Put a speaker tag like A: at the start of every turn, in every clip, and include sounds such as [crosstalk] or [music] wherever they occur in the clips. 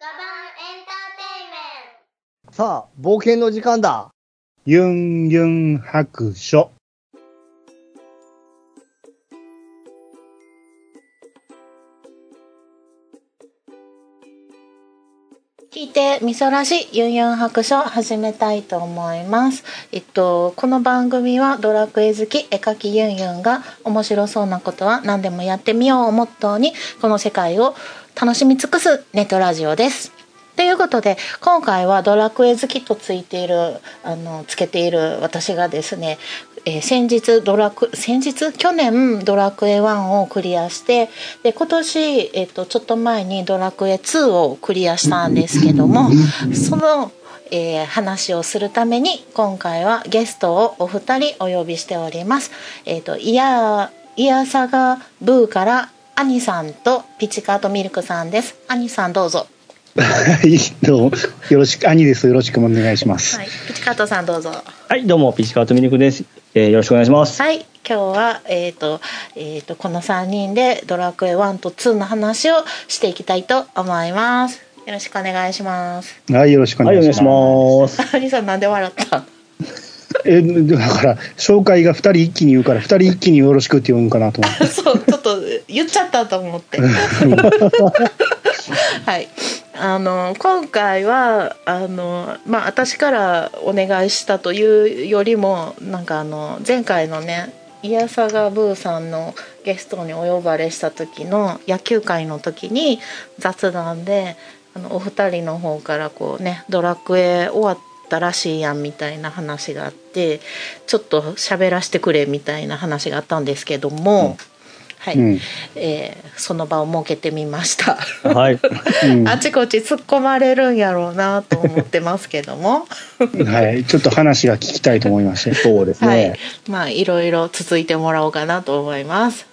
A: ババンエンター
B: さあ、冒険の時間だ。
C: ユンユン白書。
D: 聞いてみそらしゆんゆん白書を始めたいと思います。えっとこの番組はドラクエ好き絵描きゆんゆんが面白そうなことは何でもやってみようをモットーにこの世界を楽しみ尽くすネットラジオです。ということで今回はドラクエ好きとついているあのつけている私がですね、えー先日ドラク先日去年ドラクエ1をクリアしてで今年、えっとちょっと前にドラクエ2をクリアしたんですけどもその、えー話をするために今回はゲストをお二人お呼びしております。えっとイヤーイヤサガブーからアニさんとピチカートミルクさんです。アニさんどうぞ。
C: はい、どうも。よろしく、兄です。よろしくお願いします。
D: はい、ピチカートさんどうぞ。
E: はい、どうも、ピチカートミルクです。えーよろしくお願いします。
D: はい、今日はえっ、とえっ、とこの三人でドラクエ1と2の話をしていきたいと思います。よろしくお願いし [laughs] ます。
C: はい、よろしくお
E: はい、
C: 願
E: お
C: いし
E: 願
C: ま
E: い
C: す。
E: します。
D: アニさんなんで笑った？
C: え、だから、紹介が二人一気に言うから、二人一気によろしくって言うんかなと思って。
D: そうちょっと言っちゃったと思って。はい。あの今回はあのまあ私からお願いしたというよりもなんかあの前回のねイヤサガブーさんのゲストにお呼ばれした時の野球会の時に雑談であのお二人の方からこうねドラクエ終わったらしいやんみたいな話があってちょっと喋らせてくれみたいな話があったんですけども、はい、
C: うん。
D: えーその場を設けてみました。
E: はい、
C: うん
D: あちこち突っ込まれるんやろうなと思ってますけど
C: [laughs]
D: も、
E: [laughs]
C: はい、ちょっと話が聞きたいと思いまして。
E: そうですね。
D: はい、まあいろいろ続いてもらおうかなと思います。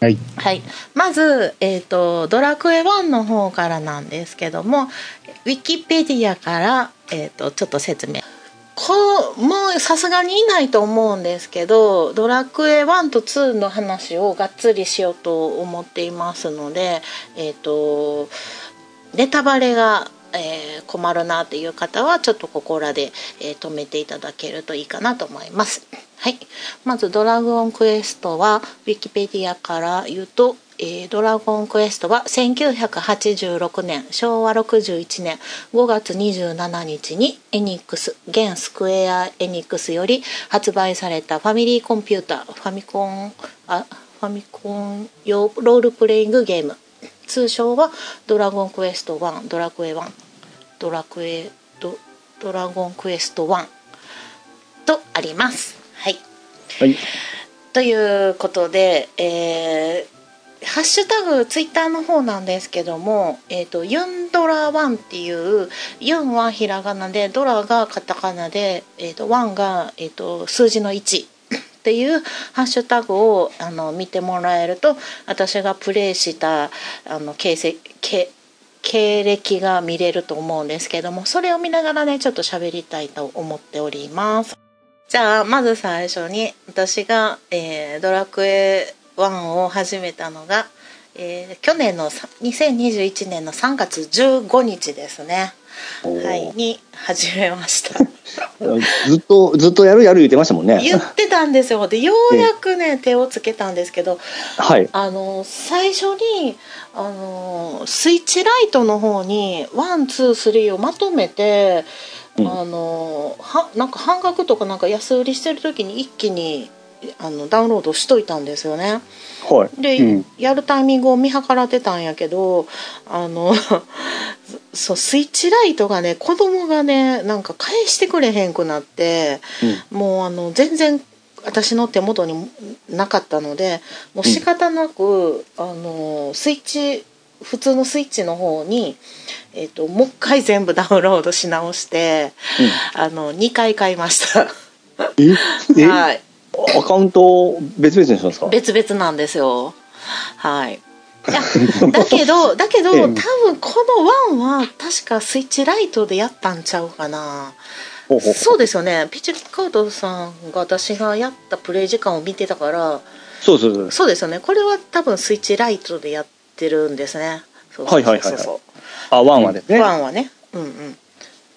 C: はい。
D: はい、まず、えーと「ドラクエ1」の方からなんですけどもウィキペディアから、えー、とちょっと説明こうもうさすがにいないと思うんですけど「ドラクエ1」と「2」の話をがっつりしようと思っていますのでえっ、とネタバレが、えー困るなという方はちょっとここらで、えー止めていただけるといいかなと思います。はい、まず「ドラゴンクエスト」はウィキペディアから言うと「えードラゴンクエスト」は1986年昭和61年5月27日にエニックス現スクエア・エニックスより発売されたファミリーコンピューターファミコンあファミコン用ロールプレイングゲーム通称は「ドラゴンクエスト1」「ドラクエ1」「ドラクエドドラゴンクエスト1」とあります。はい、
E: はい、
D: ということで、えーハッシュタグツイッターの方なんですけども「えー、とユンドラワン」っていう「ユン」はひらがなで「ドラ」がカタカナで「えー、とワンが」えーと数字の1。って [coughs] いうハッシュタグをあの見てもらえると私がプレイしたあの形跡け経歴が見れると思うんですけどもそれを見ながらねちょっと喋りたいと思っております。じゃあまず最初に私が、えードラクエ1」を始めたのが、えー去年のさ2021年の3月15日ですね、はい、に始めました
E: [laughs] ずっと、ずっとやるやる言ってましたもんね。
D: 言ってたんですよでようやくね手をつけたんですけど
E: はい、
D: あの最初にあのスイッチライトの方にワンツースリーをまとめて、
E: うん
D: あのはなんか半額とかなんか安売りしてる時に一気にあのダウンロードしといたんですよね。
E: はい、
D: で、
C: うん
D: やるタイミングを見計らってたんやけどあの [laughs] そうスイッチライトがね子供がねなんか返してくれへんくなって。もうあの全然私の手元になかったのでもう仕方なく、あのスイッチ普通のスイッチの方に、えっともう一回全部ダウンロードし直して、あの2回買いました。
C: え
D: [laughs] はい、
E: うん。アカウントを別々にしたんですか。
D: 別々なんですよ。はい。い
E: [laughs]
D: やだけどだけど
C: ええ
D: 多分この1は確かスイッチライトでやったんちゃうかな。
E: ほうほう
D: そうですよねピチカートさんが私がやったプレイ時間を見てたから
E: そうそうそう。
D: そうですよねこれは多分スイッチライトでやってるんですねそう
E: はいはいはいはい
D: そうそう
E: あ、ワンはですね。
D: ワンはね。うんうん、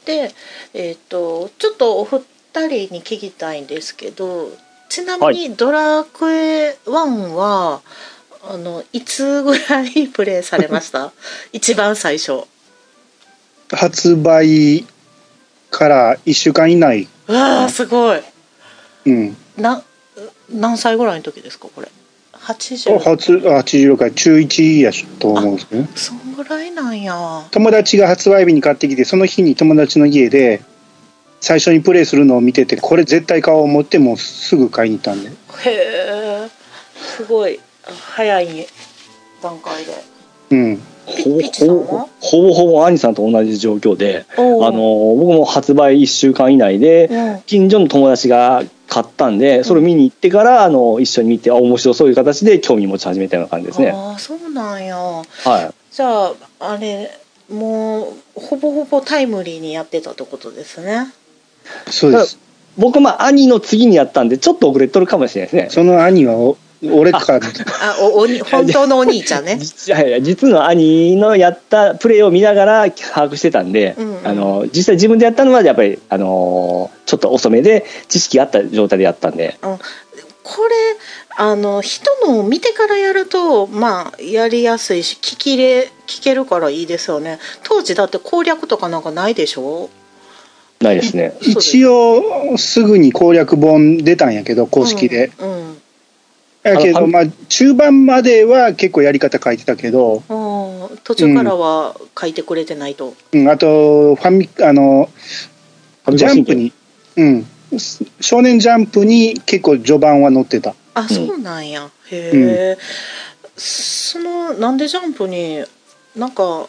D: で、えっとちょっとお二人に聞きたいんですけどちなみに「ドラクエ1は」あのいつぐらいプレイされました
E: [laughs]
D: 一番最初。
C: 発売から1週間以内、
D: うわあすごい
C: うん、
D: な何歳ぐらいの時ですかこれ80
C: 初あ86回中1やと思うんですけどね
D: そんぐらいなんや
C: 友達が発売日に買ってきてその日に友達の家で最初にプレイするのを見ててこれ絶対買おう思ってもうすぐ買いに行ったんで
D: へえすごい早い段階で
C: うん
E: ほぼ
D: ピッチさんは
E: ほぼほぼ兄さんと同じ状況で、あ
D: お
E: の、僕も発売1週間以内で、
D: の
E: 近所の友達が買ったんで、それを見に行ってから、あの、一緒に見て、あ、面白そういう形で興味持ち始めたような感じですね。
D: ああそうなんや
E: は
D: じゃああれもうほぼほぼタイムリーにやってたってことですね
C: そうです
E: い。僕、まあ、兄の次にやったんで、ちょっと遅れとるかもしれないですね。
C: その兄はお俺か
D: あおおに
E: [laughs]
D: 本当のお兄ちゃんね
E: 実 [laughs] はいや実の兄のやったプレイを見ながら把握してたんで、
D: うんうん
E: あの実際自分でやったのはやっぱり、あのちょっと遅めで知識あった状態でやったんで
D: これあの人のを見てからやるとまあやりやすいし聞きれ聞けるからいいですよね当時だって攻略とかなんかないでしょ
E: ないです [laughs] ね。
D: そうです
C: 一応すぐに攻略本出たんやけど公式で、
D: うん
C: やけ
E: あの
C: どまあ中盤までは結構やり方書いてたけど、
D: うん、うん途中からは書いてくれてないと、
C: うん、あとファミあのジャンプに、うん、少年ジャンプに結構序盤は載ってた
D: あそうなんや、へえ、そのなんでジャンプになんか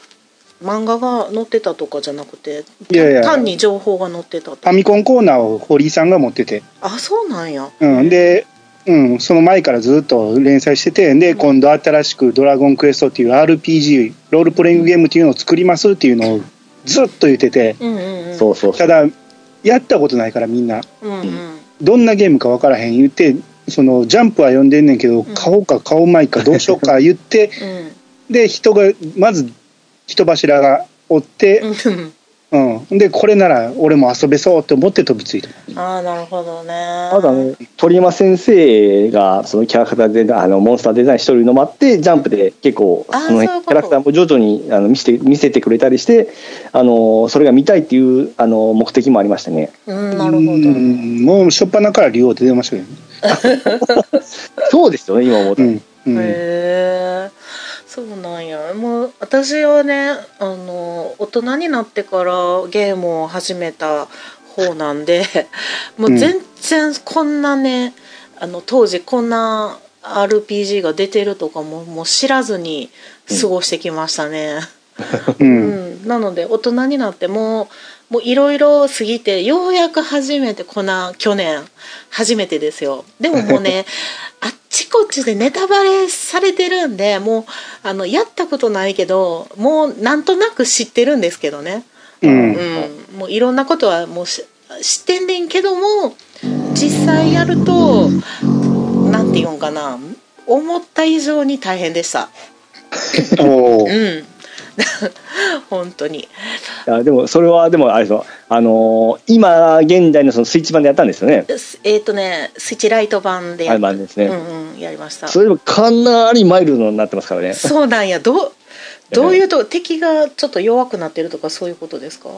D: 漫画が載ってたとかじゃなくて
C: いやいや
D: 単に情報が載ってた
C: フ
D: と
C: ァミコンコーナーを堀井さんが持ってて、
D: あそうなんや
C: うん、で、うん、その前からずっと連載しててで今度新しく「ドラゴンクエスト」っていう RPG ロールプレイングゲームっていうのを作りますっていうのをずっと言ってて
D: うんうんうん
E: そうそうそ
C: た
E: う
C: だやったことないからみんな
D: うんうん
C: どんなゲームか分からへん言ってそのジャンプは読んでんねんけど
D: ん
C: 買おうか買おうまいかどうしようか言って
D: うん
C: で人がまず人柱がおって、
D: うん
C: うんでこれなら俺も遊べそうって思って飛びついた。
D: ああなるほどね
E: まだね、鳥山先生がそのキャラクターデザインあのモンスターデザインしとるのもあってジャンプで結構
D: あー
E: その
D: そういうこと
E: 辺キャラクターも徐々にあの見せて見せてくれたりしてあのそれが見たいっていうあの目的もありましたね
D: うんなるほど
C: うんもう初っ端から竜王って出ましたけどね。
E: そうですよね今思ったら、
C: うんうん
D: へえそうなんやもう私はねあの大人になってからゲームを始めた方なんでもう全然こんなね、あの当時こんな RPG が出てるとかももう知らずに過ごしてきましたね。
C: う
D: うんん、なので大人になってももういろいろ過ぎてようやく初めてこの去年初めてですよでももうねあっちこっちでネタバレされてるんでもうあのやったことないけどもうなんとなく知ってるんですけどね、
C: う
D: うんもういろんなことはもうし知ってんねんけども実際やるとなんて言うんかな思った以上に大変でした
C: お
D: う
C: ー
D: ん [laughs] 本当に
E: いやでもそれはでもあれですよあの今現在のそのスイッチ版でやったんですよね
D: すえっ、とねスイッチライト版で
E: あ
D: や
E: れ
D: っ
E: 版です
D: う
E: ね、
D: んうん、やりました
E: それでもかなりマイルドになってますからね
D: そうなんやどうどういうと敵がちょっと弱くなってるとかそういうことですか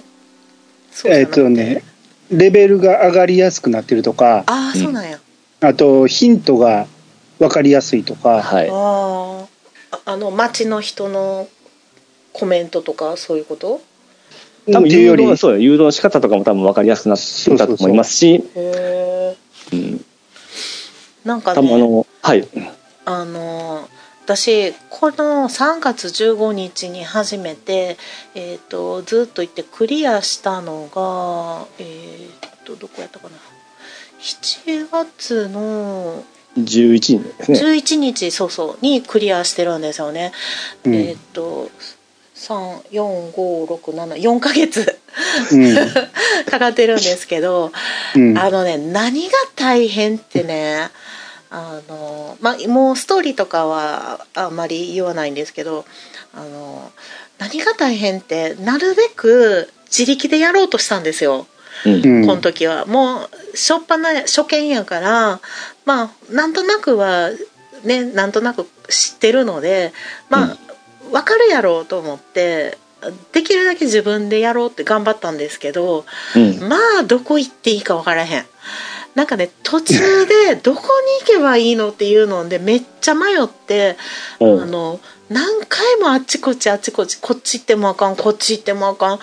D: そうじゃ
C: え
D: な
C: っ
D: くて
C: とねレベルが上がりやすくなってると
D: あ
C: か
D: あ
E: うん
D: そうなんや、
C: あとヒントが分かりやすいとか
E: はい
D: ああああの街の人のコメントとかそういうこと
E: 多
C: っ
E: 分
C: ていう
E: 誘
C: より
E: 導そうよ誘導の仕方とかも多分分かりやすくなってたと思いますし
D: へ
E: う
D: え
E: ん
D: なんか
E: 多分あ
D: ね
E: のはい
D: あの私この3月15日に初めて、えー、とずっと行ってクリアしたのがえっ、とどこやったかな7月の
E: 11人ですね
D: 11日、そうそうにクリアしてるんですよね、
C: うん
D: えっ、と34567ヶ月 [laughs] かかってるんですけど
C: うんうん
D: あのね何が大変ってねあの、まあ、もうストーリーとかはあんまり言わないんですけどあの何が大変ってなるべく自力でやろうとしたんですよ、
E: うん
C: うん
D: この時はもう初っ端初見やからまあなんとなくはねなんとなく知ってるのでまあ、わかるやろうと思ってできるだけ自分でやろうって頑張ったんですけど、
E: うん
D: まあどこ行っていいか分からへんなんかね途
E: [laughs]
D: 中でどこに行けばいいのっていうのでめっちゃ迷ってあ
E: うん
D: の何回もあっちこっちあっちこっちこっち行ってもあかんこっち行ってもあかん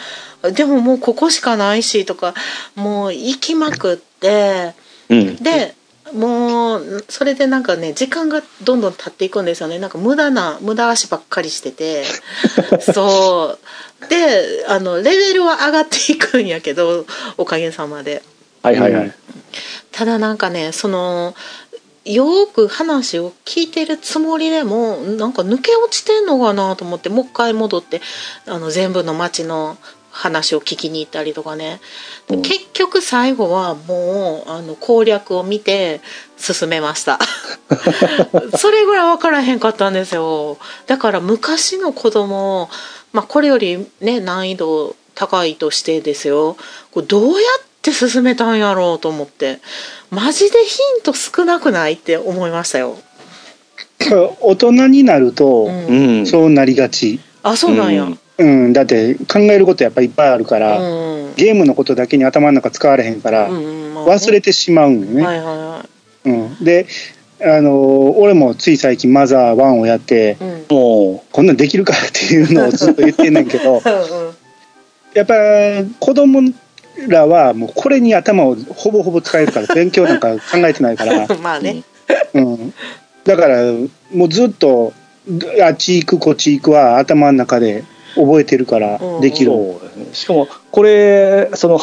D: でももうここしかないしとかもう行きまくって
E: うん
D: でもうそれでなんかね時間がどんどん経っていくんですよねなんか無駄な無駄足ばっかりし
E: [laughs]
D: ててそうであのレベルは上がっていくんやけどおかげさまで
E: はいはいはい。
D: ただなんかねそのよーく話を聞いてるつもりでもなんか抜け落ちてんのかなと思ってもう一回戻ってあの全部の町の話を聞きに行ったりとかねで
E: うん
D: 結局最後はもうあの攻略を見て進めました [laughs] それぐらい分からへんかったんですよだから昔の子供まあこれよりね難易度高いとしてですよこれどうやって進めたんやろうと思ってマジでヒント少なくないって思いましたよ、
C: 大人になると
D: う、、
E: うんん。
C: そうなりがち、
D: あそうなんや、
E: う
D: うんん
C: うん、だって考えることやっぱいっぱいあるから、
D: うん
C: ゲームのことだけに頭の中使われへんから、
D: うんまあ
C: 忘れてしまうんよね、
D: はいはいは
C: うん、であのー俺もつい最近マザー1をやって
D: い、うん
E: も
C: こんなんできるかっていうのをずっと言ってんねんけ
D: [laughs]
C: どやっぱ子供らはもうこれに頭をほぼほぼ使えるから勉強なんか考えてな
D: [laughs]
C: いから、
D: うん、まあね、
C: うん、だからもうずっとあっち行くこっち行くは頭の中で覚えてるから
D: うん
C: で
E: う
C: きる、
E: そうですね。しかもこれその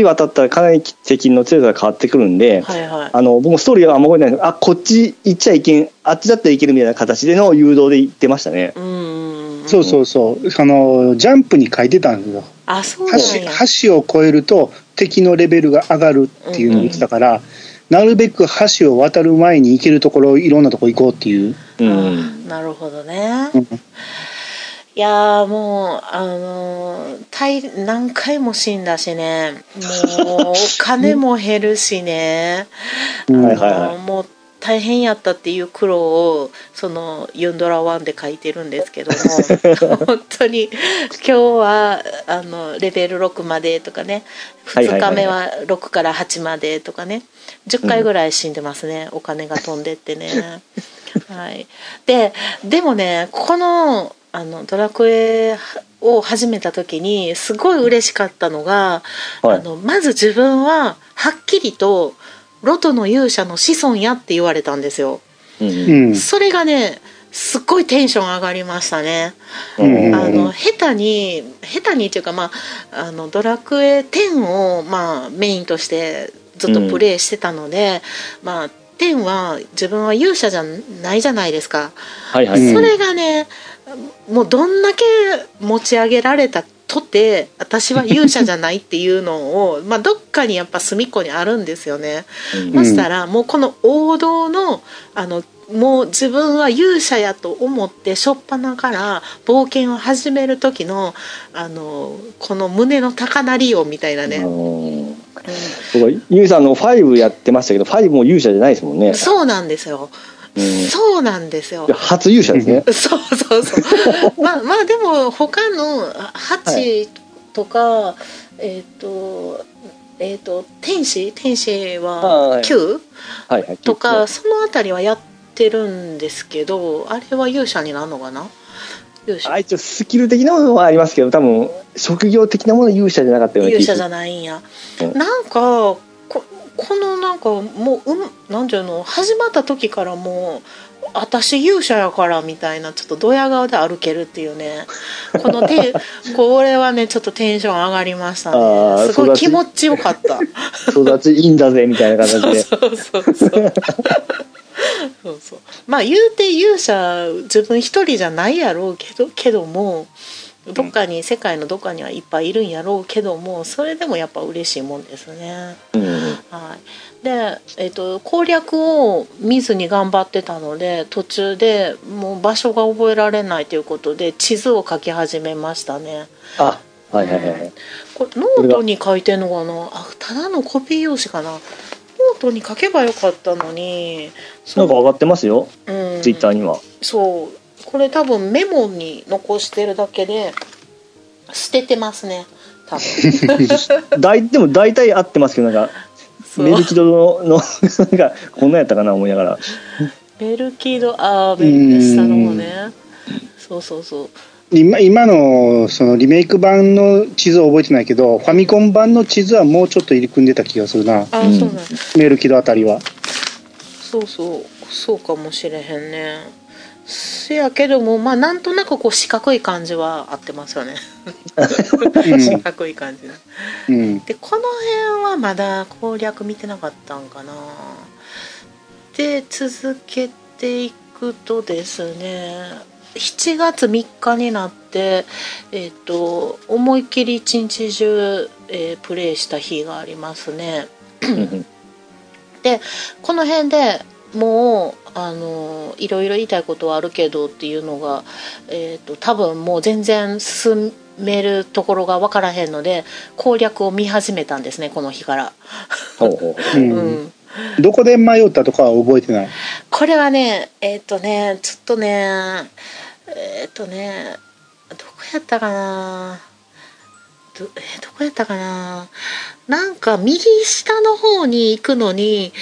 E: 橋渡ったらかなり責任の強さが変わってくるんで。
D: はいはい
E: あの僕もストーリーはあんま覚えてないんですけどあこっち行っちゃいけんあっちだったらいけるみたいな形での誘導で行ってましたね。
D: うんうんうん
C: そうそうそうそのジャンプに書いてたんですよ
D: あそうなんや
C: 橋橋を越えると敵のレベルが上がるっていうのを言ってたから、なるべく橋を渡る前に行けるところいろんなとこ行こうっていう、
E: う
D: あ
E: ん
D: ーなるほどね、
C: うん
D: いやーもうあのー大何回も死んだしねもうお金も減るしね、
C: うん
E: はいはいはい
D: あのーもう大変やったっていう苦労をその「ユンドラ1」で書いてるんですけ
E: [laughs]
D: ども本当に今日はあのレベル6までとかね
E: はいは
D: 2
E: いはい
D: 日
E: はい
D: 目は6から8までとかね10回ぐらい死んでますね、お金が飛んでってね。はい、ででもねこのあの「ドラクエ」を始めた時にすごい嬉しかったのが、
E: はい
D: あのまず自分ははっきりと「ロトの勇者の子孫や」って言われたんですよ。
E: うん
C: うん
D: それがねすっごいテンション上がりましたね。
E: うん
D: あ
C: うん
D: の下手に下手にっていうか、まあ、あのドラクエ10を、まあ、メインとしてずっとプレイしてたので、まあ、10は自分は勇者じゃないじゃないですか、
E: はいはい。
C: うん
D: それがねもうどんだけ持ち上げられたとて私は勇者じゃないっていうのを [laughs] まあどっかにやっぱ隅っこにあるんですよね。
E: うん
D: ましたらもうこの王道のあのもう自分は勇者やと思って初っ端から冒険を始める時のあのこの胸の高鳴りをみたいなね、
E: あの僕はユウさんの5やってましたけど5も勇者じゃないですもんね。
D: そうなんですよ、
E: うん
D: そうなんですよ
E: いや初勇者ですね。
D: [laughs] そうそうそうまあまあでも他の
E: は
D: 8とか、えっ、とえっ、と天使天使
E: は
D: はい 9?
E: はいはい。
D: とかそのあたりはやってるんですけどあれは勇者になるのかな勇者
E: あ一応スキル的なものはありますけど多分職業的なものは勇者じゃなかったような
D: 勇
E: 気がす
D: 者じ
E: る
D: ゃないんや
E: うん
D: なんかここのなんかもううんなんていうの始まった時からもう私勇者やからみたいなちょっとドヤ顔で歩けるってい
E: [laughs]
D: うねこのてこれはねちょっとテンション上がりました
E: あー
D: ねすご
E: そうだ
D: い
E: し
D: 気持ちよかった。
E: 育ちいいんだぜみたいな形
D: そう
E: で
D: そうそうそうそうそうまあ言うて勇者自分一人じゃないやろうけどけどもどっかに世界のどっかにはいっぱいいるんやろうけどもそれでもやっぱ嬉しいもんですね。
E: [laughs] うん
D: はい、で、えっと攻略を見ずに頑張ってたので途中でもう場所が覚えられないということで地図を書き始めましたね。
E: あはいはいはいはい
D: これノートに書いてんのかなあただのコピー用紙かなノートに書けばよかったのに
E: なんか上がってますよ、
D: うん
E: ツイッターには
D: そうこれ多分メモに残してるだけで捨ててますね多分
E: だいでも大体合ってますけどなんか
D: そう
E: メルキドのの [laughs] なんかこんなんやったかな思いながら
D: ベルキードあーベルキ下の方ねそうそうそう
C: 今今のそのリメイク版の地図は覚えてないけどファミコン版の地図はもうちょっと入り組んでた気がするな
D: あー、
E: うん
D: そうなん
C: メールキドあたりは
D: そうそうそうかもしれへんねせやけどもまあなんとなくこう四角い感じは合ってますよね四角い感じね
C: うん
D: でこの辺はまだ攻略見てなかったんかなで続けていくとですね7月3日になって、えっと思いっきり一日中、えープレイした日がありますね
E: うん
D: この辺でもうあのいろいろ言いたいことはあるけどっていうのが、えー、と多分もう全然進めるところが分からへんので攻略を見始めたんですねこの日から、
E: ほうほうほう
C: う
D: うん
C: んどこで迷ったとかは覚えてない
D: これはねえっ、とねちょっとねえっ、とねどこやったかなど,、えーどこやったかななんか右下の方に行くのに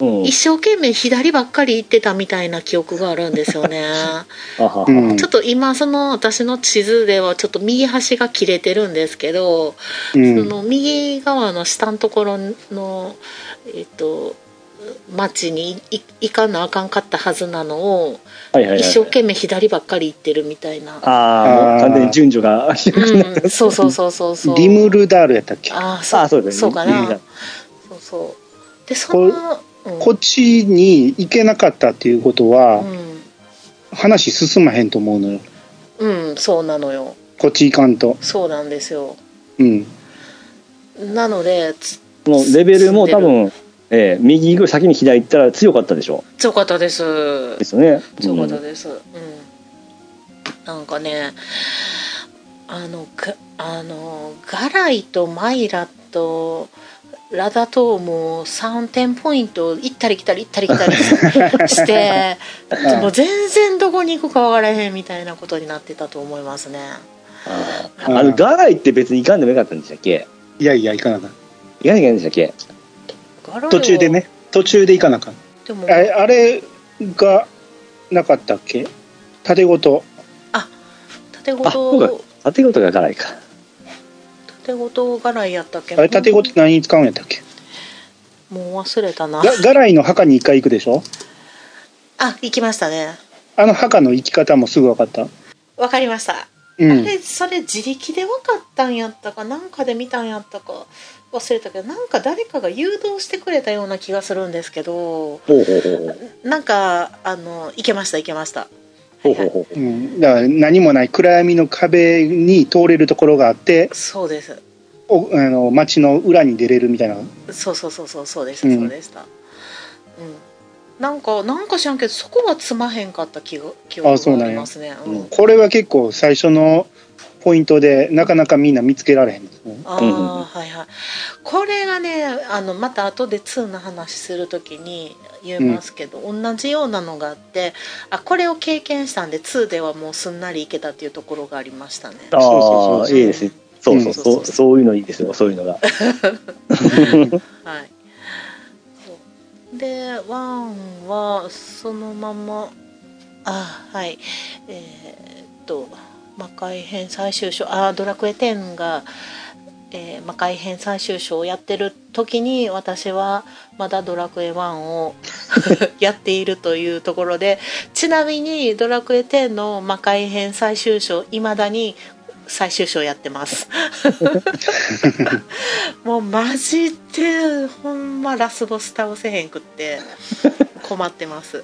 E: うん
D: 一生懸命左ばっかり行ってたみたいな記憶があるんです
E: [laughs]
D: よね
E: あはは
C: うん
D: ちょっと今その私の地図ではちょっと右端が切れてるんですけど、
C: うん
D: その右側の下のところのえっと町にい行かなあかんかったはずなのを
E: はいはいはい
D: 一生懸命左ばっかり行ってるみたいな、
E: ああもう完全に順序が
D: うん、そうそうそうそうそう
C: リムルダールやったっけ
D: ああ
E: あ
D: そ
E: そううですね
D: そうか
E: リム
D: な
E: ル
D: そうそうでそのうん
C: こっちに行けなかったっていうことは話進まへんと思うのよ
D: うん、うん、そうなのよ
C: こっち行かんと
D: そうなんですよ
C: うん
D: なのでつ
E: [laughs] もうレベルも多分ええ右行くより先に左行ったら強かったでしょ
D: 強かったです
E: ですよね
D: 強かった
E: うん
D: ですうん、なんかねあのがあのガライとマイラとラダともう3点ポイント行ったり来たり行ったり来たり
C: [laughs]
D: してもう全然どこに行くか分からへんみたいなことになってたと思いますね
E: あ
C: うん
E: ーあのガライって別に行かんでもよかったんでしたっけ
C: いやいや行かなかった
E: 行かなきゃいけないんでしたっけ
D: ガライは
C: 途中でね途中で行かなかっ
D: でも
C: たあれあれがなかったっけ縦ごと
D: 縦ご
E: あそうか
D: と
E: 縦ごとがガライか
D: 縦ごとガライやったっけ
C: あれ縦ごと何に使うんやったっけ
D: もう忘れたな
C: がガライの墓に一回行くでしょ
D: あ行きましたね
C: あの墓の行き方もすぐ分かった
D: わかりました
C: う
D: あ
C: ん
D: れそれ自力で分かったんやったかなんかで見たんやったか忘れたけどなんか誰かが誘導してくれたような気がするんですけど
E: ほうほうほうほう
D: なんかあのいけましたいけました
E: ほうほうほう
C: うん、だから何もない暗闇の壁に通れるところがあって
D: そうです
C: おあの街の裏に出れるみたいな
D: そうそうそうそうそうでした、
C: うん
D: そうでしたうんなんかなんか知らんけどそこはつまへんかった記憶記
C: あそう
D: 憶があ
C: なんや
D: りますね
E: うん
C: これは結構最初のポイントでなかなかみんな見つけられへんですね
D: ああ、
E: うんうんうん
D: はいはいこれがねあのまた後で2の話する時に言いますけど、同じようなのがあってあこれを経験したんで2ではもうすんなりいけたっていうところがありましたね。
E: あ
C: そうそう
E: あ
C: そう
E: ーいいですねそうそう
D: うん
E: そう、そういうのいいですよそういうのが
D: はい、そうでワンはそのままあはいえーっと魔界編最終章あドラクエ10が、えー魔界編最終章をやってる時に私はまだドラクエ1を [laughs] やっているというところでちなみにドラクエ10の魔界編最終章いまだに最終章やってます。
C: [laughs]
D: もうマジでほんまラスボス倒せへんくって困ってます。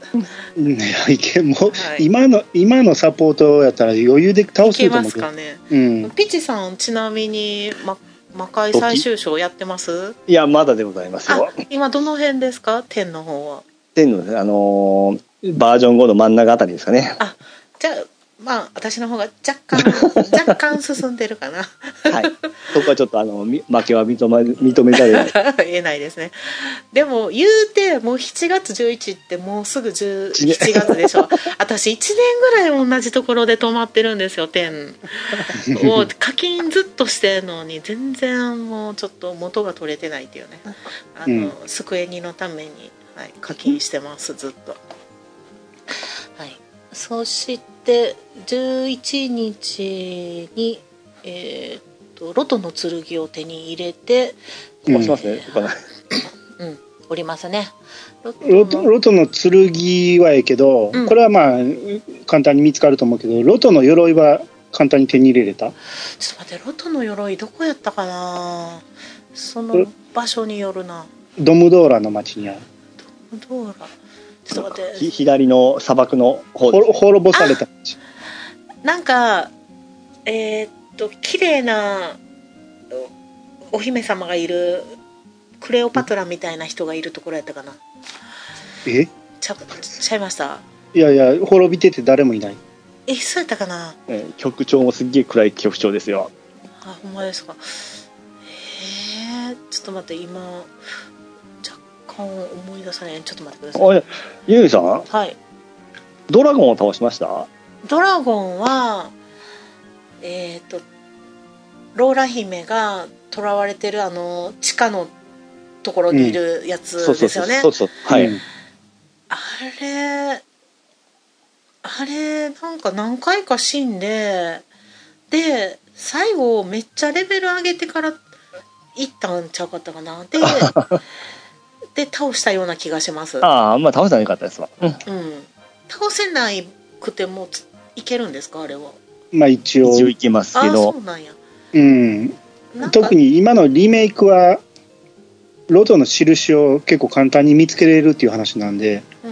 C: ね、いけもう、
D: はい
C: 今の今のサポートやったら余裕で倒
D: い
C: せ
D: け
C: ると
D: ま
C: 思う
D: す
C: けど
D: かね。
C: うん、
D: ピチさんちなみにま魔界最終章やってます？
E: いやまだでございます
D: あ
E: よ。
D: 今どの辺ですか？天の方は。
E: 天のねあのーバージョン5の真ん中あたりですかね。
D: [laughs] じゃあまあ私の方が若
C: [laughs]
D: 干若干進んでるかな。
E: はい。そこはちょっとあのみ負けは認め認めざるを得ない。
D: [laughs] 言えないですねでも言うてもう7月11ってもうすぐ10 7月でしょ私1年ぐらい同じところで止まってるんですよ点を課金ずっとしてるのに全然もうちょっと元が取れてないっていうねあの、スクエニのために、はい、課金してますずっとはいそして11日にえーっとロトの剣を手に入れて
E: 飛ばしますね。ここ
D: うん、おりますね。ロ
C: ロトロトの剣はええけど、
D: うん
C: これはまあ簡単に見つかると思うけどロトの鎧は簡単に手に入れれた
D: ちょっと待って、ロトの鎧どこやったかな。そ
C: え
D: の場所によるな。
C: ドムドーラの町にある
D: どうだ。ちょっと待っ
E: ひ
D: て、
E: 左の砂漠の方
C: ほ
E: で
C: ろ滅ぼされた町
D: なんか。えーっと、綺麗な。おお姫様がいる。クレオパトラみたいな人がいるところやったかな。
C: え
D: ちゃ、ちゃいました。
C: いやいや滅びてて誰もいない
D: え、そうやったかな。
E: えー曲調もすっげえ暗い曲調ですよ。
D: あ、ほんまですか。えー、ちょっと待って、今。若干思い出さない。ちょっと待ってください。
E: あれゆいさん
D: はい。
E: ドラゴンを倒しました
D: ドラゴンはえっ、とローラ姫が囚われてるあの地下のところにいるやつ
E: そうそう
D: です
E: そう
D: よね、
E: そうそうはい、
C: うん
D: あれあれなんか何回か死んでで最後めっちゃレベル上げてから行ったんちゃうかったかな
E: [laughs]
D: でで倒したような気がします
E: ああまあ倒せたらよかったですわ、うん
D: うん倒せないくてもついけるんですかあれは
C: まあ一応
E: 一応いけます
D: あ
E: け
D: あそ
E: ど
D: うなんや
C: うん、
D: なんか
C: 特に今のリメイクはロトの印を結構簡単に見つけれるっていう話なんで
D: うん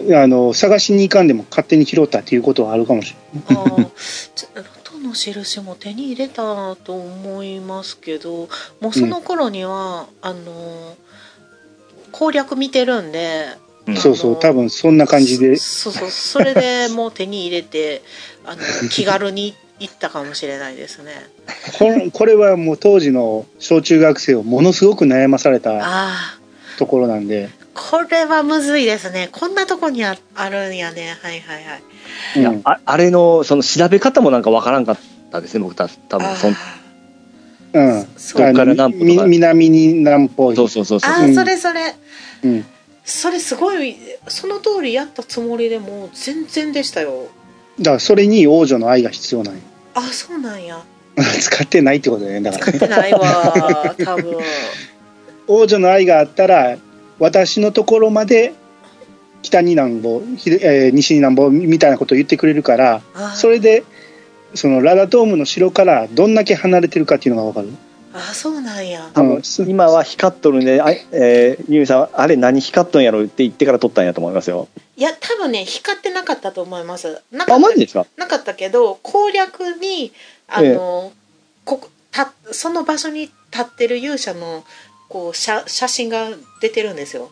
D: うんうん
C: あの探しに行かんでも勝手に拾ったっていうことはあるかもしれない
D: あーちょロトの印も手に入れたと思いますけどもうその頃には、あのー攻略見てるんで
E: うん
C: そうそう多分そんな感じで
D: そそうそうそれでもう手に入れてあの気軽に行ったかもしれないですね
C: これこれはもう当時の小中学生をものすごく悩まされた
D: ああ
C: ところなんで、
D: これはむずいですねこんなとこにああるんやねはいはいはい
C: うん
E: いやああれのその調べ方もなんかわからんかったですね僕た多
D: あ
E: 分そん
D: ー
C: うん
D: そう
C: あの
E: ここから南方とか
C: み南に南方
E: そうそうそうそう
D: あーそれそれ
C: うん
D: それすごいその通りやったつもりでも全然でしたよ
C: だからそれに王女の愛が必要なんよ
D: あそうなんや
C: [laughs] 使ってないってことだよねだから
D: 使ってな
E: [laughs]
D: いわ多分
C: 王女の愛があったら私のところまで北に南方、ひえー西に南方みたいなことを言ってくれるから
D: あ
C: それでそのラダトームの城からどんだけ離れてるかっていうのがわかる
D: あそうなんや
E: 多分
C: うん
E: 今は光っとるんで、あえー、ゆみさん、あれ何光っとんやろって言ってから撮ったんやと思いますよ。
D: いや多分ね光ってなかったと思いますなか
E: あ、
D: った
E: マジですか
D: なかったけど攻略にあの、ここたその場所に立ってる勇者のこう写写真が出てるんです
C: [laughs]
D: よ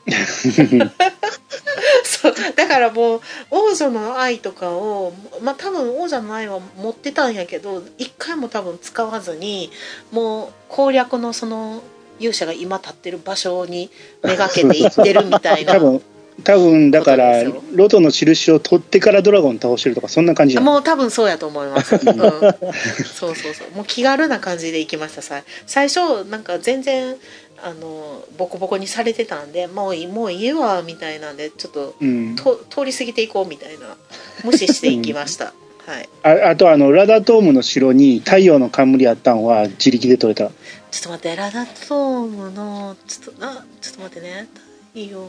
D: そうだからもう王女の愛とかをまあ多分王女の愛は持ってたんやけど一回も多分使わずにもう攻略のその勇者が今立ってる場所にめがけて行ってるみたいな
C: [laughs] 多分多分だか
D: そ
C: ら
D: うです
C: ロトの印を取ってからドラゴン倒してるとかそんな感じじゃん
D: もう多分そうやと思います、
C: [laughs]
D: うん、そうそうそうもう気軽な感じで行きましたさ最初なんか全然あのボコボコにされてたんでもういいもういいわみたいなんでちょっと
C: うん、
D: と通り過ぎていこうみたいな無視していきました、はい
C: ああとあのラダトームの城に太陽の冠あったんは自力で取れた
D: ちょっと待ってラダトームのちょっとなちょっと待ってね太陽の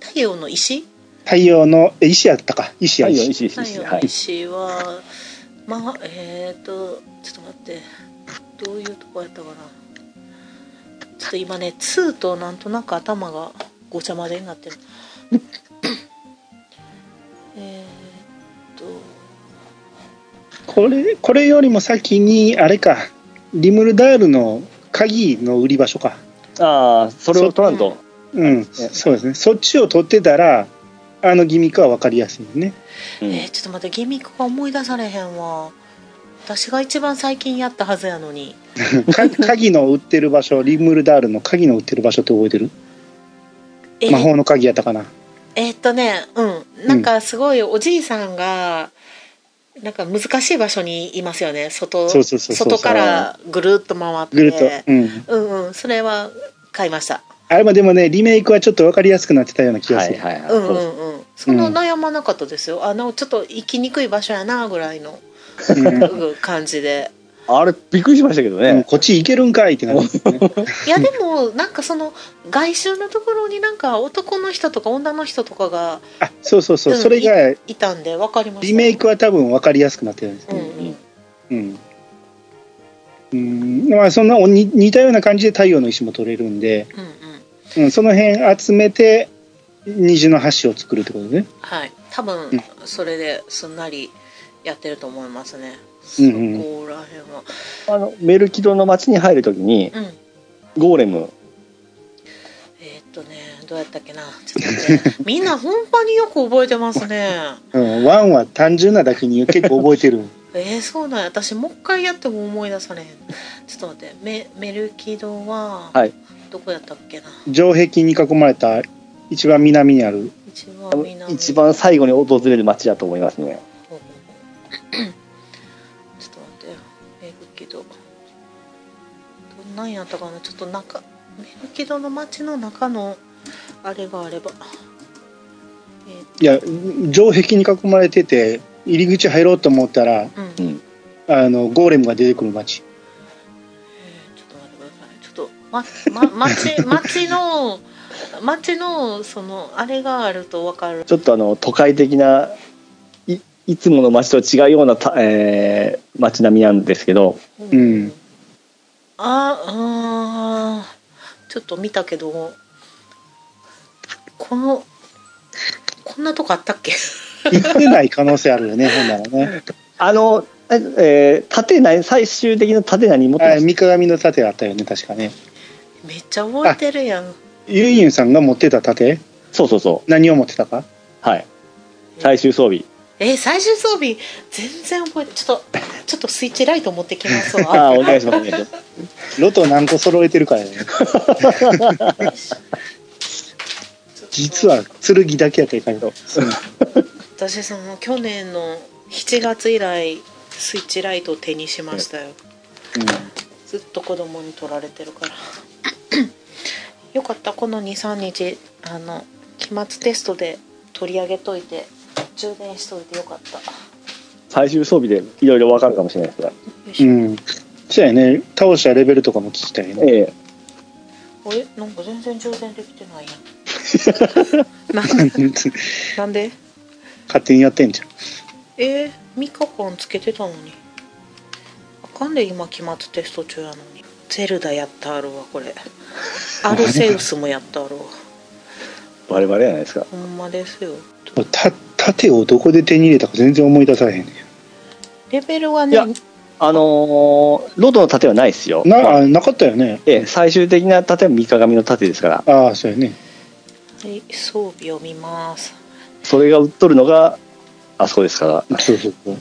D: 太陽の石
C: 太陽のえ石やったか石や
E: はい、よ
C: 石
E: しよし
D: 太
E: よし
D: 陽
E: は
D: の
E: い。
D: 石は、まあえっ、とちょっと待ってどういうとこやったかなちょっと今ね2となんとなく頭がごちゃ混ぜになってる [coughs] えーっと
C: これこれよりも先にあれかリムルダールの鍵の売り場所か
E: ああそれを取らんと
C: うんそうですねそっちを取ってたらあのギミックは分かりやすいよ
D: [laughs]
C: ね
E: うん
D: えーちょっと待ってギミックが思い出されへんわ私が一番最近やったはずやのに
C: か鍵の売ってる場所リムルダールの鍵の売ってる場所って覚えてる
D: え
C: 魔法の鍵やったかな
D: えーっとねうんなんかすごいおじいさんが、なんか難しい場所にいますよね外
C: そうそうそうそう
D: 外からぐるっと回って
C: ぐるっと、うん、
D: うんうんそれは買いました
C: あれもでもねリメイクはちょっと分かりやすくなってたような気が
E: は
C: す
E: い
C: る、
E: はいはい、
D: うんう
E: そうです
D: んうんその悩まなかったですよ、あのちょっと行きにくい場所やなぐらいの [laughs]
C: うん
D: うん感じで
E: あれびっくりしましたけど
C: うん
E: ね、
C: こっち行けるんかいっ
D: [laughs]
C: てなるんですね
D: いやでもなんかその外周のところになんか男の人とか女の人とかが
C: あそうそうそう、
D: うん
C: それが
D: いたんで分かりました
C: リメイクは多分分かりやすくなってるんです
D: うんう
C: ね
D: ん
C: うん、うんまあそんなおに似たような感じで太陽の石も取れるんで、
D: うんうん
C: うん、その辺集めて虹の橋を作るってことね
D: はい多分それですんなりやってると思いますね
C: う
D: そ
C: ん
D: こ
C: うん
D: ら辺は
E: あのメルキドの町に入るときに
D: うん
E: ゴーレム
D: えーっとねどうやったっけなちょっと待って [laughs] みんなほんまによく覚えてますね
C: うん、ワンは単純なだけに結構覚えてる
D: えー、そうなんや私もう一回やっても思い出されへんちょっと待ってメメルキドは
E: はい
D: どこやったっけな
C: [laughs] 城壁に囲まれた一番南にある
D: 一番南
E: 一番最後に訪れる町だと思いますね
D: ほうほうほうちょっと待ってよメルキドどんなんやったかなちょっと中メルキドの街の中のあれがあれば
C: いや城壁に囲まれてて入り口入ろうと思ったら
D: うん、えー、
E: う
D: ちょっ
E: ん
C: あのゴーレムが出てくる街
D: と待ってくださいちょっとまま町町の町のそのあれがあるとわかる
E: ちょっとあの都会的ないいつもの町と違うようなた、えー町並みなんですけど
C: うん
D: ああーちょっと見たけどこのこんなとこあったっけ [laughs]
C: 行ってない可能性ある [laughs] よねほんならね
E: あのええー盾何最終的な盾何持ってま
C: あ
E: した
C: 三鏡の盾あったよね確かね
D: めっちゃ覚えてるやん
C: ユイユンさんが持ってた盾
E: そうそうそ
C: 何を持ってたか
E: うはい最終装備
D: えー最終装備全然覚えてちょっとちょっとスイッチライト持ってきます
E: [laughs]
D: わ
E: ああーお願いしますお願いします
C: ロト何個揃えてるからね実は剣だけやったらいかんけど
D: 私その去年の7月以来スイッチライトを手にしましたよずっと子供に取られてるから [coughs] よかったこの23日あの期末テストで取り上げといて充電しといてよかったよ
E: 最終装備でいろいろ分かるかもしれないですが
D: いし
C: う
D: ょ、
C: ん、うん、そうやね倒したレベルとかも聞きたいね
E: ええ
D: あれなんか全然充電できてないやんなんでなんで
C: [laughs] 勝手にやってんじゃん
D: えー、3日間つけてたのにあかんで今期末テスト中やのにゼルダやったあるわこれアルセウスもやったあるわ
E: バレバレじゃないですか
D: ほんまですよ
C: た盾をどこで手に入れたか全然思い出されへんね
D: レベルはいね
E: やあのーロトの盾はないですよ
C: なあなかったよね
E: ええ最終的な盾は三鏡の盾ですから
C: ああそうやね
D: はい装備を見ます
E: それが売っとるのがあそこですから
C: そうそうそう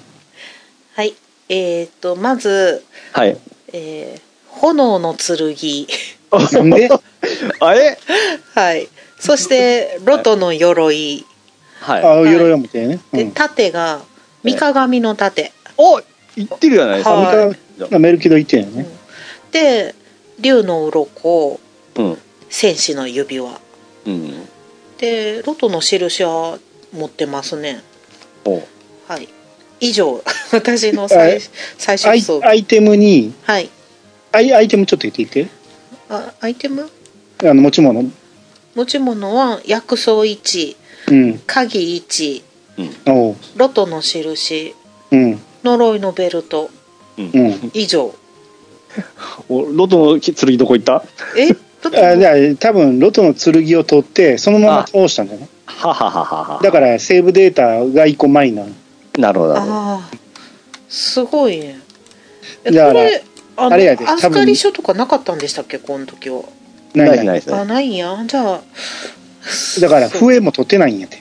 D: はいえー、っとまず、
E: はい
D: えー炎の剣 [laughs]
E: [laughs]
C: なんで
E: あれ
D: はいそしてロトの鎧
C: あ
E: はい
C: あ鎧を持ってね、う
D: で
C: ん、
D: 盾が三鏡の盾
E: お言ってるじゃないですか、
D: はい
C: あまあメルキド言ってんよね、
D: で竜の鱗
E: うん
D: 戦士の指輪
E: うん
D: でロトの印は持ってますね
E: お
D: はい以上 [laughs] 私の最最
C: ア
D: 終
C: イ
D: 装備
C: アイテムに
D: はい
C: アイアイテムちょっと言って言っ
D: あアイテム
C: てあの持ち物
D: 持ち物は薬草1
C: うん
D: 鍵1
C: おう
D: ロトの印
C: うん
D: 呪いのベルト
C: うん
D: 以上
E: おロトの剣どこ行った
C: [laughs]
D: えちょっと
C: あじゃあ多分ロトの剣を取ってそのまま倒したんだよね
E: ははははは
C: だからセーブデータが1個前になる
E: なるほどなるほど
D: ああすごいねえ
C: だから
D: これあの
C: あれやで
D: 預
C: 多
D: か
C: 分
D: り書とかなかったんでしたっけこの時は
E: ないです
C: な
E: ないいですね
D: あないんやじゃあ
C: だから
D: そう
C: 笛も取ってないんやて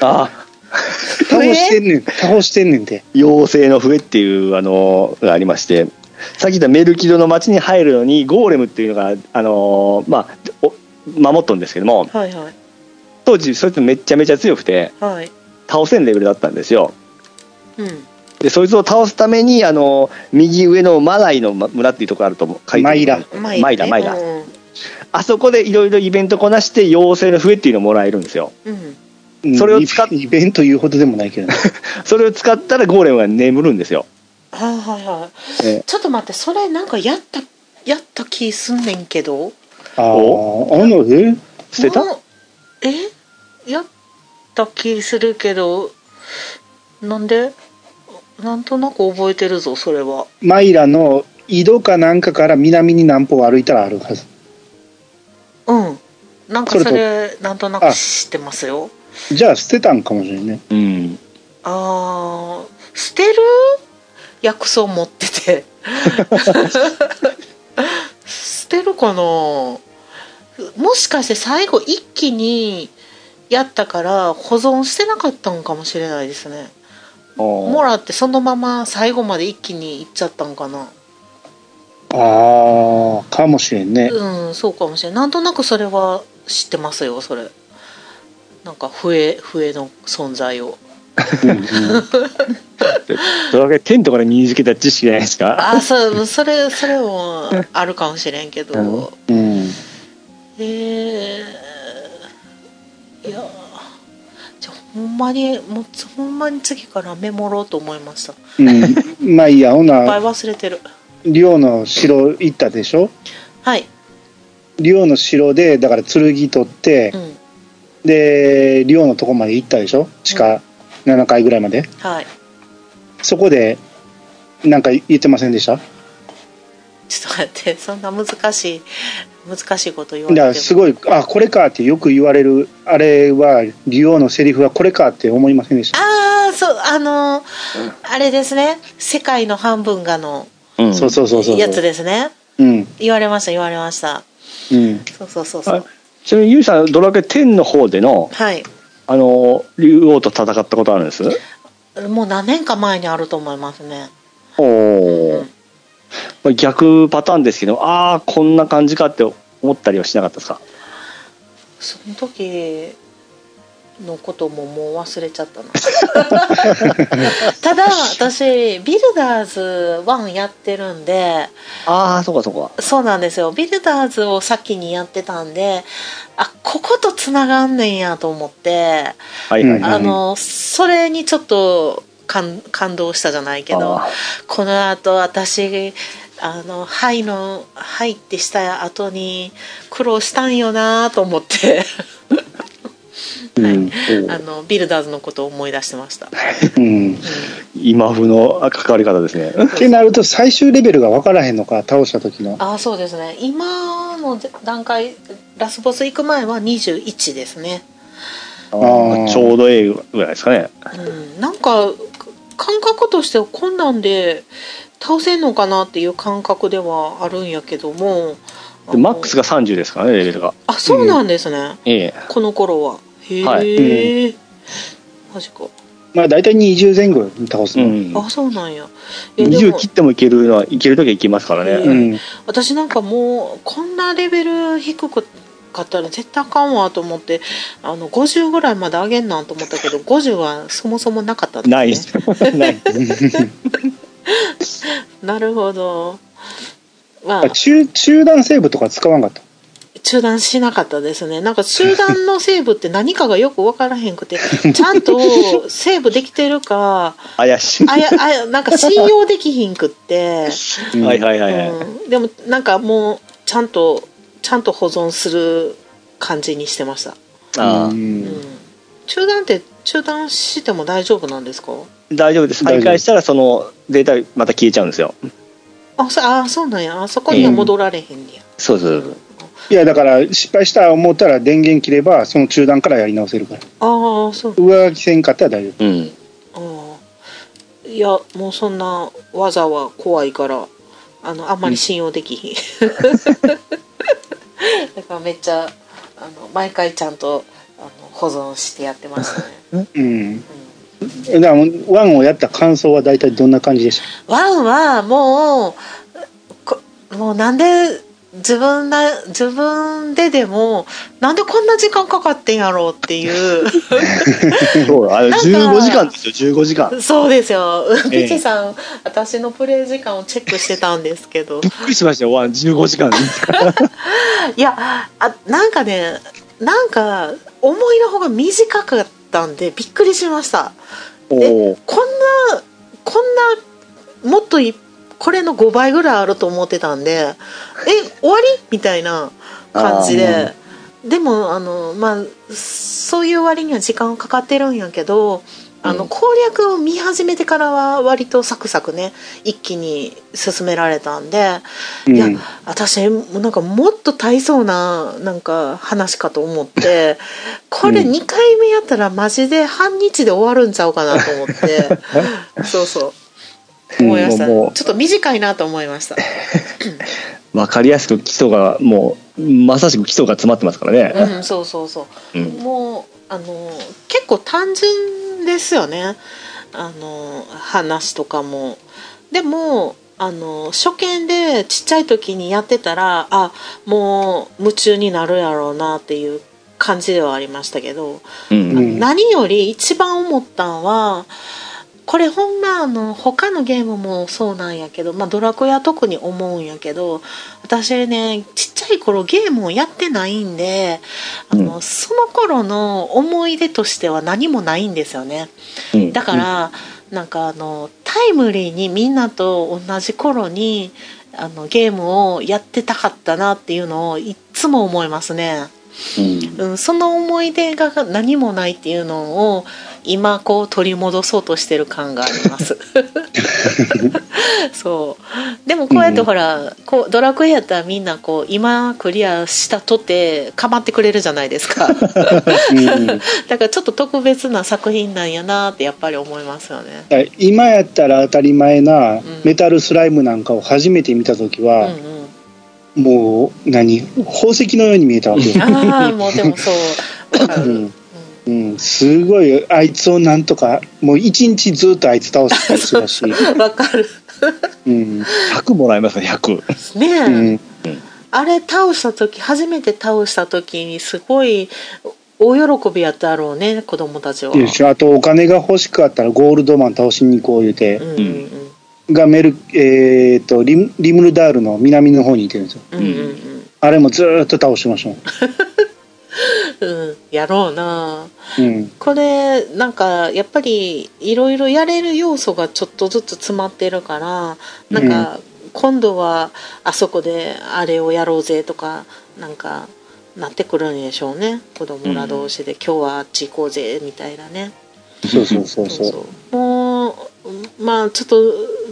E: あ
C: 倒してんねん倒してんねんて
E: 妖精の笛っていうあのがありましてさっき言ったメルキドの町に入るのにゴーレムっていうのがあのまあお守っとんですけども
D: はいはい
E: 当時そいつめっちゃめちゃ強くて
D: はい
E: 倒せんレベルだったんですよ
D: うん
E: でそいつを倒すためにあの右上のマライの村っていうところあると思う書いてあるマイラマイラマイラ
D: うん
E: あそこでいろいろイベントこなして妖精の笛っていうのもらえるんですよ
D: うん
C: うん
E: それを使っ
C: イベントいうほどでもない
E: [laughs]
C: けどね
E: それを使ったらゴーレムが眠るんですよ
D: あーはいはい
E: え
D: ちょっと待ってそれなんかやったやった気すんねんけど
C: あああのえ
E: 捨てた
D: なえやった気するけどなんでなんとなく覚えてるぞそれは
C: マイラの井戸かなんかから南に南方歩いたらあるはず
D: うんなんか
C: それ
D: そ
C: と
D: れなんとなく知ってますよ
C: じゃあ捨てたんかもしれんね
E: うん
D: あー捨てる薬草持ってて捨てるかなもしかして最後一気にやったから保存してなかったんかもしれないですねも
E: も
D: らってそのまま最後まで一気にいっちゃったんかな
C: ああかもしれんね
D: うんそうかもしれないなんとなくそれは知ってますよそれなんか笛笛の存在を
E: それだけ天とかで身につけた知識じゃないですか
D: あそうそれそれもあるかもしれんけど、
E: うん
C: うんうん
D: えー、いやーじゃあほんまにもうつほんまに次からメモろうと思いましたいっ
C: うんまあいいやほ
E: [laughs]
D: ぱい
C: な
D: 忘れてる
C: 寮の城行ったでしょ
D: はい
C: 寮の城でだから剣取って
D: う、ん
C: で寮のとこまで行ったでしょ地下7階ぐらいまで
D: はい
C: そこでなんか言ってませんでした
D: ちょっと待って [laughs] そんな難しい難しいこと言わ
C: だ
D: れても
C: からすごいあこれかってよく言われるあれは竜王のセリフはこれかって思いませんでした
D: ああそうあのーあれですね「世界の半分が」の
E: うん
C: そうそうそうそう
D: やつですね
C: うん
D: 言われました言われました
C: うん
D: そうそうそうそう
E: ちなみにユウさんドラクエ10の方での
D: はい
E: あの竜王と戦ったことあるんです
D: もう何年か前にあると思いますね
E: お
D: う
E: お
D: ん、
E: まあ逆パターンですけどああこんな感じかって思ったりはしなかったですか
D: その時のことももう忘れちゃったなただ私ビルダーズ1やってるんで
E: ああそうかそうか
D: そうなんですよビルダーズを先にやってたんであこことつながんねんやと思って
E: はいはい、
C: うん
E: はい
D: あのそれにちょっと感感動したじゃないけど
E: あ
D: このあと私あの「はい」の「はい」ってした後に苦労したんよなと思って。
E: ー
D: はい
E: うんお
D: あ
E: ー
D: のビルダーズのことを思い出してました。
C: うんっ
E: 今風の関わり方ですね
C: てなると最終レベルが分からへんのか倒した時の
D: ああそうですね。今の段階ラスボス行く前は21ですね。
E: あ
C: ー
E: ーちょうどええぐらいですかね
D: うん、なんか感覚としてこんなんで倒せんのかなっていう感覚ではあるんやけども。
E: でマックス
D: が
E: が30ですからねレベルが
D: あそうなんですね。
E: ええ
D: この頃は。へえ、
E: はい
D: マジか。
C: まあ大体20前後に倒す
E: う
C: の、
E: ん
D: あそうなんや。いやで
E: 20
D: も
E: 切ってもいけるのはいける時はいけますからね、
D: うん
C: うん
D: 私なんかもうこんなレベル低くかったら絶対あかんわと思ってあの50ぐらいまで上げんなんと思ったけど50はそもそもなかったんです、ね、
E: ないない
D: なるほどま
C: あ
D: あ
C: 中中断セーブとか使わんかった
D: 中断しなかったですねなんか中断のセーブって何かがよく分からへん [laughs] くてちゃんとセーブできてるか
E: 怪しい
D: あやあやなんか信用できひんく [laughs] って、
C: うん
E: はいはいはいはい、
D: うん、でもなんかもうちゃんとちゃんと保存する感じにしてました
E: あー
C: うん
D: 中断って中断しても大丈夫なんですか
E: 大丈夫です再開したらそのデータまた消えちゃうんですよ
D: あそあそうなんやあそこには戻られへんねや、
E: そうそうそう
C: いやだから失敗した思ったら電源切ればその中断からやり直せるから
D: ああそう
C: 上書きせんかったら大丈夫
E: うん
D: ああいやもうそんな技は怖いからあのあんまり信用できひん、 [laughs] だからめっちゃあの毎回ちゃんとあの保存してやってましたね、
C: うん
D: うん
C: だからワンをやった感想は大体どんな感じでし
D: [laughs]
C: た
D: ワンはもうこもうなんで自分な自分ででもなんでこんな時間かかってんやろうって [laughs] いう
E: そうあの
D: なんか
E: 15時間ですよ15時間
D: そうですよ
E: ええ
D: みちさん、私のプレイ時間をチェックしてたんですけど
E: びっくりしましたよワン15時間
D: いやあなんかねなんか思いのほうが短かったんでびっくりしました
E: [laughs] おお
D: こんなこんなもっといこれの5倍ぐらいあると思ってたんでえ終わりみたいな感じででもあのまあそういう割には時間かかってるんやけどあの
E: うん
D: 攻略を見始めてからは割とサクサクね一気に進められたんでいや
C: うん
D: 私なんかもっと大層ななんか話かと
E: [laughs]
D: 思ってこれ
C: うん
D: 2回目やったらマジで半日で終わるんちゃうかなと思って
E: [laughs]
D: そうそう思いました
E: うんもうも
D: ね
E: う
D: ちょっと短いなと思いました
E: 分かりやすく基礎がもうまさしく基礎が詰まってますからね、
D: うんそうそうそう
E: うん
D: もうあの結構単純ですよねあの話とかも。でもあの初見でちっちゃい時にやってたらあもう夢中になるやろうなっていう感じではありましたけど、
E: うん
C: うん
D: 何より一番思ったんはこれほんまあの他のゲームもそうなんやけど、まあ、ドラクエは特に思うんやけど私ねちっちゃい頃ゲームをやってないんであの、
E: う
D: その頃の思い出としては何もないんですよね。
E: うん
D: だから、なんかあのタイムリーにみんなと同じ頃にあのゲームをやってたかったなっていうのをいっつも思いますね。
E: うん
D: うん、その思い出が何もないっていうのを今こう取り戻そうとしてる感があります
C: [laughs]
D: そうでもこうやってほら、こうドラクエやったらみんなこう今クリアしたとて構ってくれるじゃないですか
C: うんだか
D: だからちょっと特別な作品なんやなってやっぱり思いますよね
C: ら今やったら当たり前なんメタルスライムなんかを初めて見た時
D: うんう
C: は、
D: ん
C: もう何宝石のように見えたわけよ、
D: ああもうでもそうわかる、
C: う
D: うんん
C: うん、すごいあいつをなんとかもう一日ずっとあいつ倒してたりしてたし、
D: わかる
C: うん
E: 100もらえますね100
D: ねえ、
C: うん、
D: あれ倒した時初めて倒した時にすごい大喜びやったろうね子供たちは。
C: でしょあとお金が欲しかったらゴールドマン倒しに行こう言うて、
D: うんうん
C: がメル、えー、とリムリムルダールの南の方にいてるんですよ
D: うんうん
C: あれもずーっと倒してましたもん
D: うんうんやろうな
C: うん
D: これなんかやっぱりいろいろやれる要素がちょっとずつ詰まってるからなんか今度はあそこであれをやろうぜとかなんかなってくるんでしょうね子供ら同士で、今日はあっち行こうぜみたいなね。
C: そうそうそうそう
D: [laughs] そうそうもうまあちょっと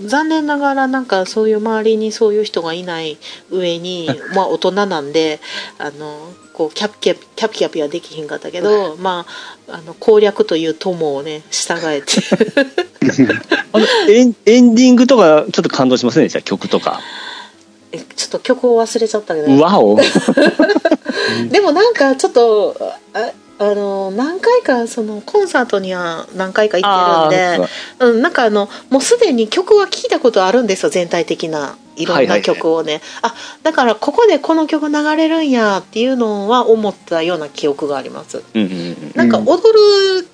D: 残念ながらなんかそういう周りにそういう人がいない上にまあ大人なんであのこうキャピキャピキャピキャピはできひんかったけどまああの攻略という友をね従えて
E: あのエンエンディングとかちょっと感動しませんでした曲とか
D: えちょっと曲を忘れちゃったけど
E: うわお
D: でもなんかちょっとああの何回かそのコンサートには何回か行ってるんでうん、なんかあのもうすでに曲は聴いたことあるんですよ全体的ないろ
E: は
D: ん
E: いはいは
D: ない曲をね、あだからここでこの曲流れるんやっていうのは思ったような記憶があります
E: うんうんうん
D: なんか踊る、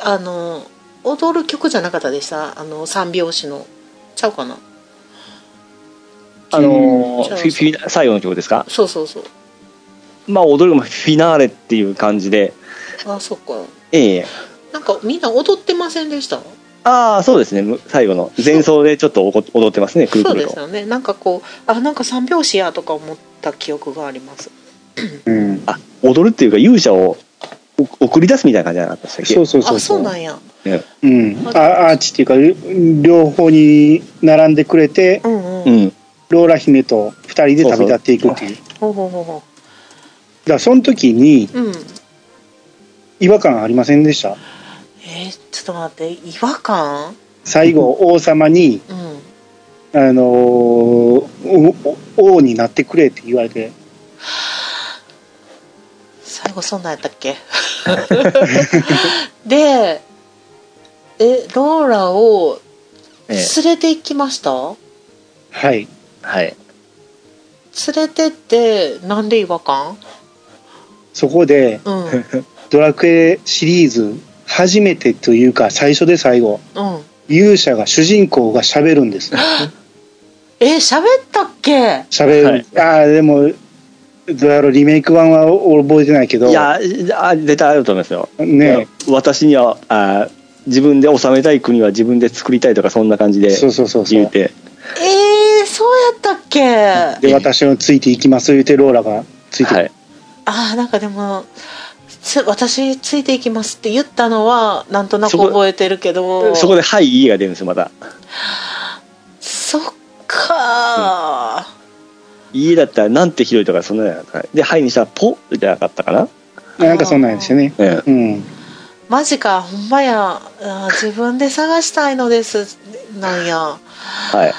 D: あの踊る曲じゃなかったでしたあの三拍子のちゃうかな
E: あの
D: うん
E: フィフィ最後の曲ですか
D: そうそうそう
E: まあ踊るもフィナーレっていう感じで
D: あそっか
E: ええ
D: なんかみんな踊ってませんでした
E: ああそうですねむ最後の前奏でちょっとおこ踊ってますねくる
D: そ
E: く
D: う
E: る
D: です
E: と
D: よねなんかこうあなんか三拍子やとか思った記憶があります
C: うん
E: あ踊るっていうか勇者をお送り出すみたいな感じじゃなかったでしたっけ
C: そうそうそう
D: あそうなんや
E: ね
C: うん、あアーチっていうか両方に並んでくれて
D: うんうん、
E: うん
C: ローラ姫と二人で旅立っていくっていう
D: ほうほうほうほう
C: らその時に
D: うん
C: 違和感ありませんでした
D: えー、ちょっと待って違和感 [laughs]
C: 最後王様に、
D: うん
C: あのーおお王になってくれって言われて
D: 最後そんなんやったっけでえローラを
E: ええ
D: 連れて行きました、
C: はい
E: はい。
D: 連れてってなんで違和感
C: そこで
D: うんうん
C: 「ドラクエ」シリーズ初めてというか最初で最後勇者が主人公が喋るんですよ
D: え喋ったっけ
C: 喋る、ああでもどうやろうリメイク版は覚えてないけど
E: いや、あ絶対あると思いますよ。
C: ね
E: 私にはあ自分で治めたい国は自分で作りたいとかそんな感じで
C: そうそうそうそ
E: 言う
C: う
E: て
D: えー、そうやったっけ
C: で私のついていきます言うてローラがついて、
E: はい
D: あーなんかでもつ私ついていきますって言ったのはなんとなく
E: そこ
D: 覚えてるけど
E: そこで「はい」「いい」が出るんですよまた
D: そっか
E: 「
D: ー
E: いい」だったら「なんてひどい」とかそんなのやったで「はい」にしたら「ポ」じゃなかったかな、
C: なんかそんなんですよね
E: え
C: うん
D: マジかほんまやあー自分で探したいのですなんや
E: はい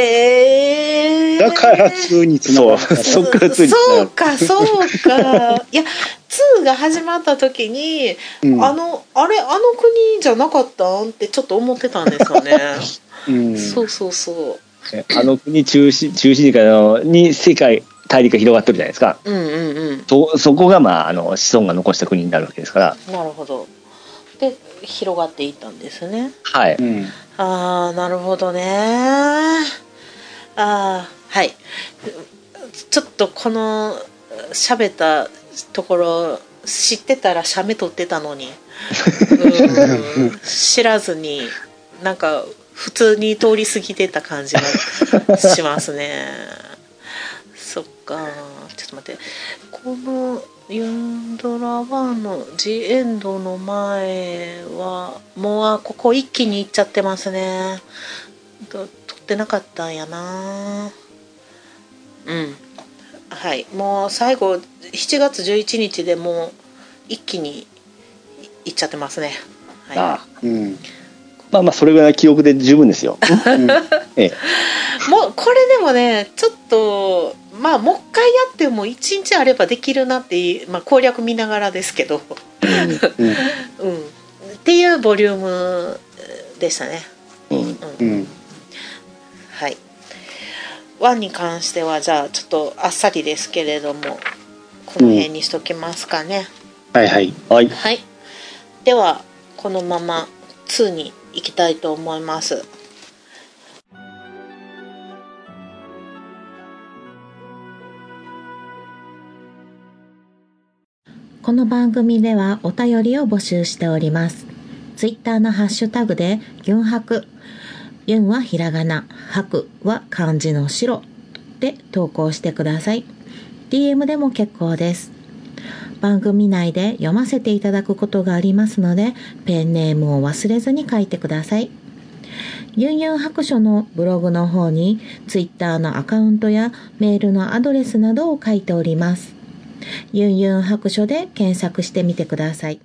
D: へえ
C: だから2につな
E: そ
C: が
E: う
C: る
E: そっからついに
D: そうかそうかいや2が始まった時に、
C: うん
D: あのあれあの国じゃなかったんってちょっと思ってたんで
E: [laughs]
D: すよね、
C: うん
D: そうそうそう
E: えあの国中心中心地からのに世界大陸が広がってるじゃないですか
D: うんうんうん
E: そそこがまああの子孫が残した国になるわけですから
D: なるほどで広がっていったんですね
E: はい、
C: うん
D: ああなるほどねああーはいちょっとこの喋ったところ知ってたら写メ撮ってたのにうん知らずになんか普通に通り過ぎてた感じがしますね [laughs] そっかちょっと待ってこのユンドラ1の G エンドの前はもうあここ一気に行っちゃってますねと取ってなかったんやなうんはいもう最後7月11日でもう一気にい行っちゃってますねはい
E: あ
C: うん
E: まあまあそれぐらいの記憶で十分
D: [laughs]
E: ですよ、ええ、
D: もうこれでもねちょっとまあもう一回やっても一日あればできるなって、まあ、攻略見ながらですけど、
C: うん
D: うん、っていうボリュームでしたね
E: うん
C: うん
D: はい1に関してはじゃあちょっとあっさりですけれどもこの辺にしときますかね、
C: はいはい
E: はい
D: はいではこのまま2に行きたいと思います
F: この番組ではお便りを募集しております。ツイッターのハッシュタグで、ユンハク。ユンはひらがな、ハクは漢字の白で投稿してください。DM でも結構です。番組内で読ませていただくことがありますので、ペンネームを忘れずに書いてください。ユンユン白書のブログの方に、ツイッターのアカウントやメールのアドレスなどを書いております。ユンユン白書で検索してみてください。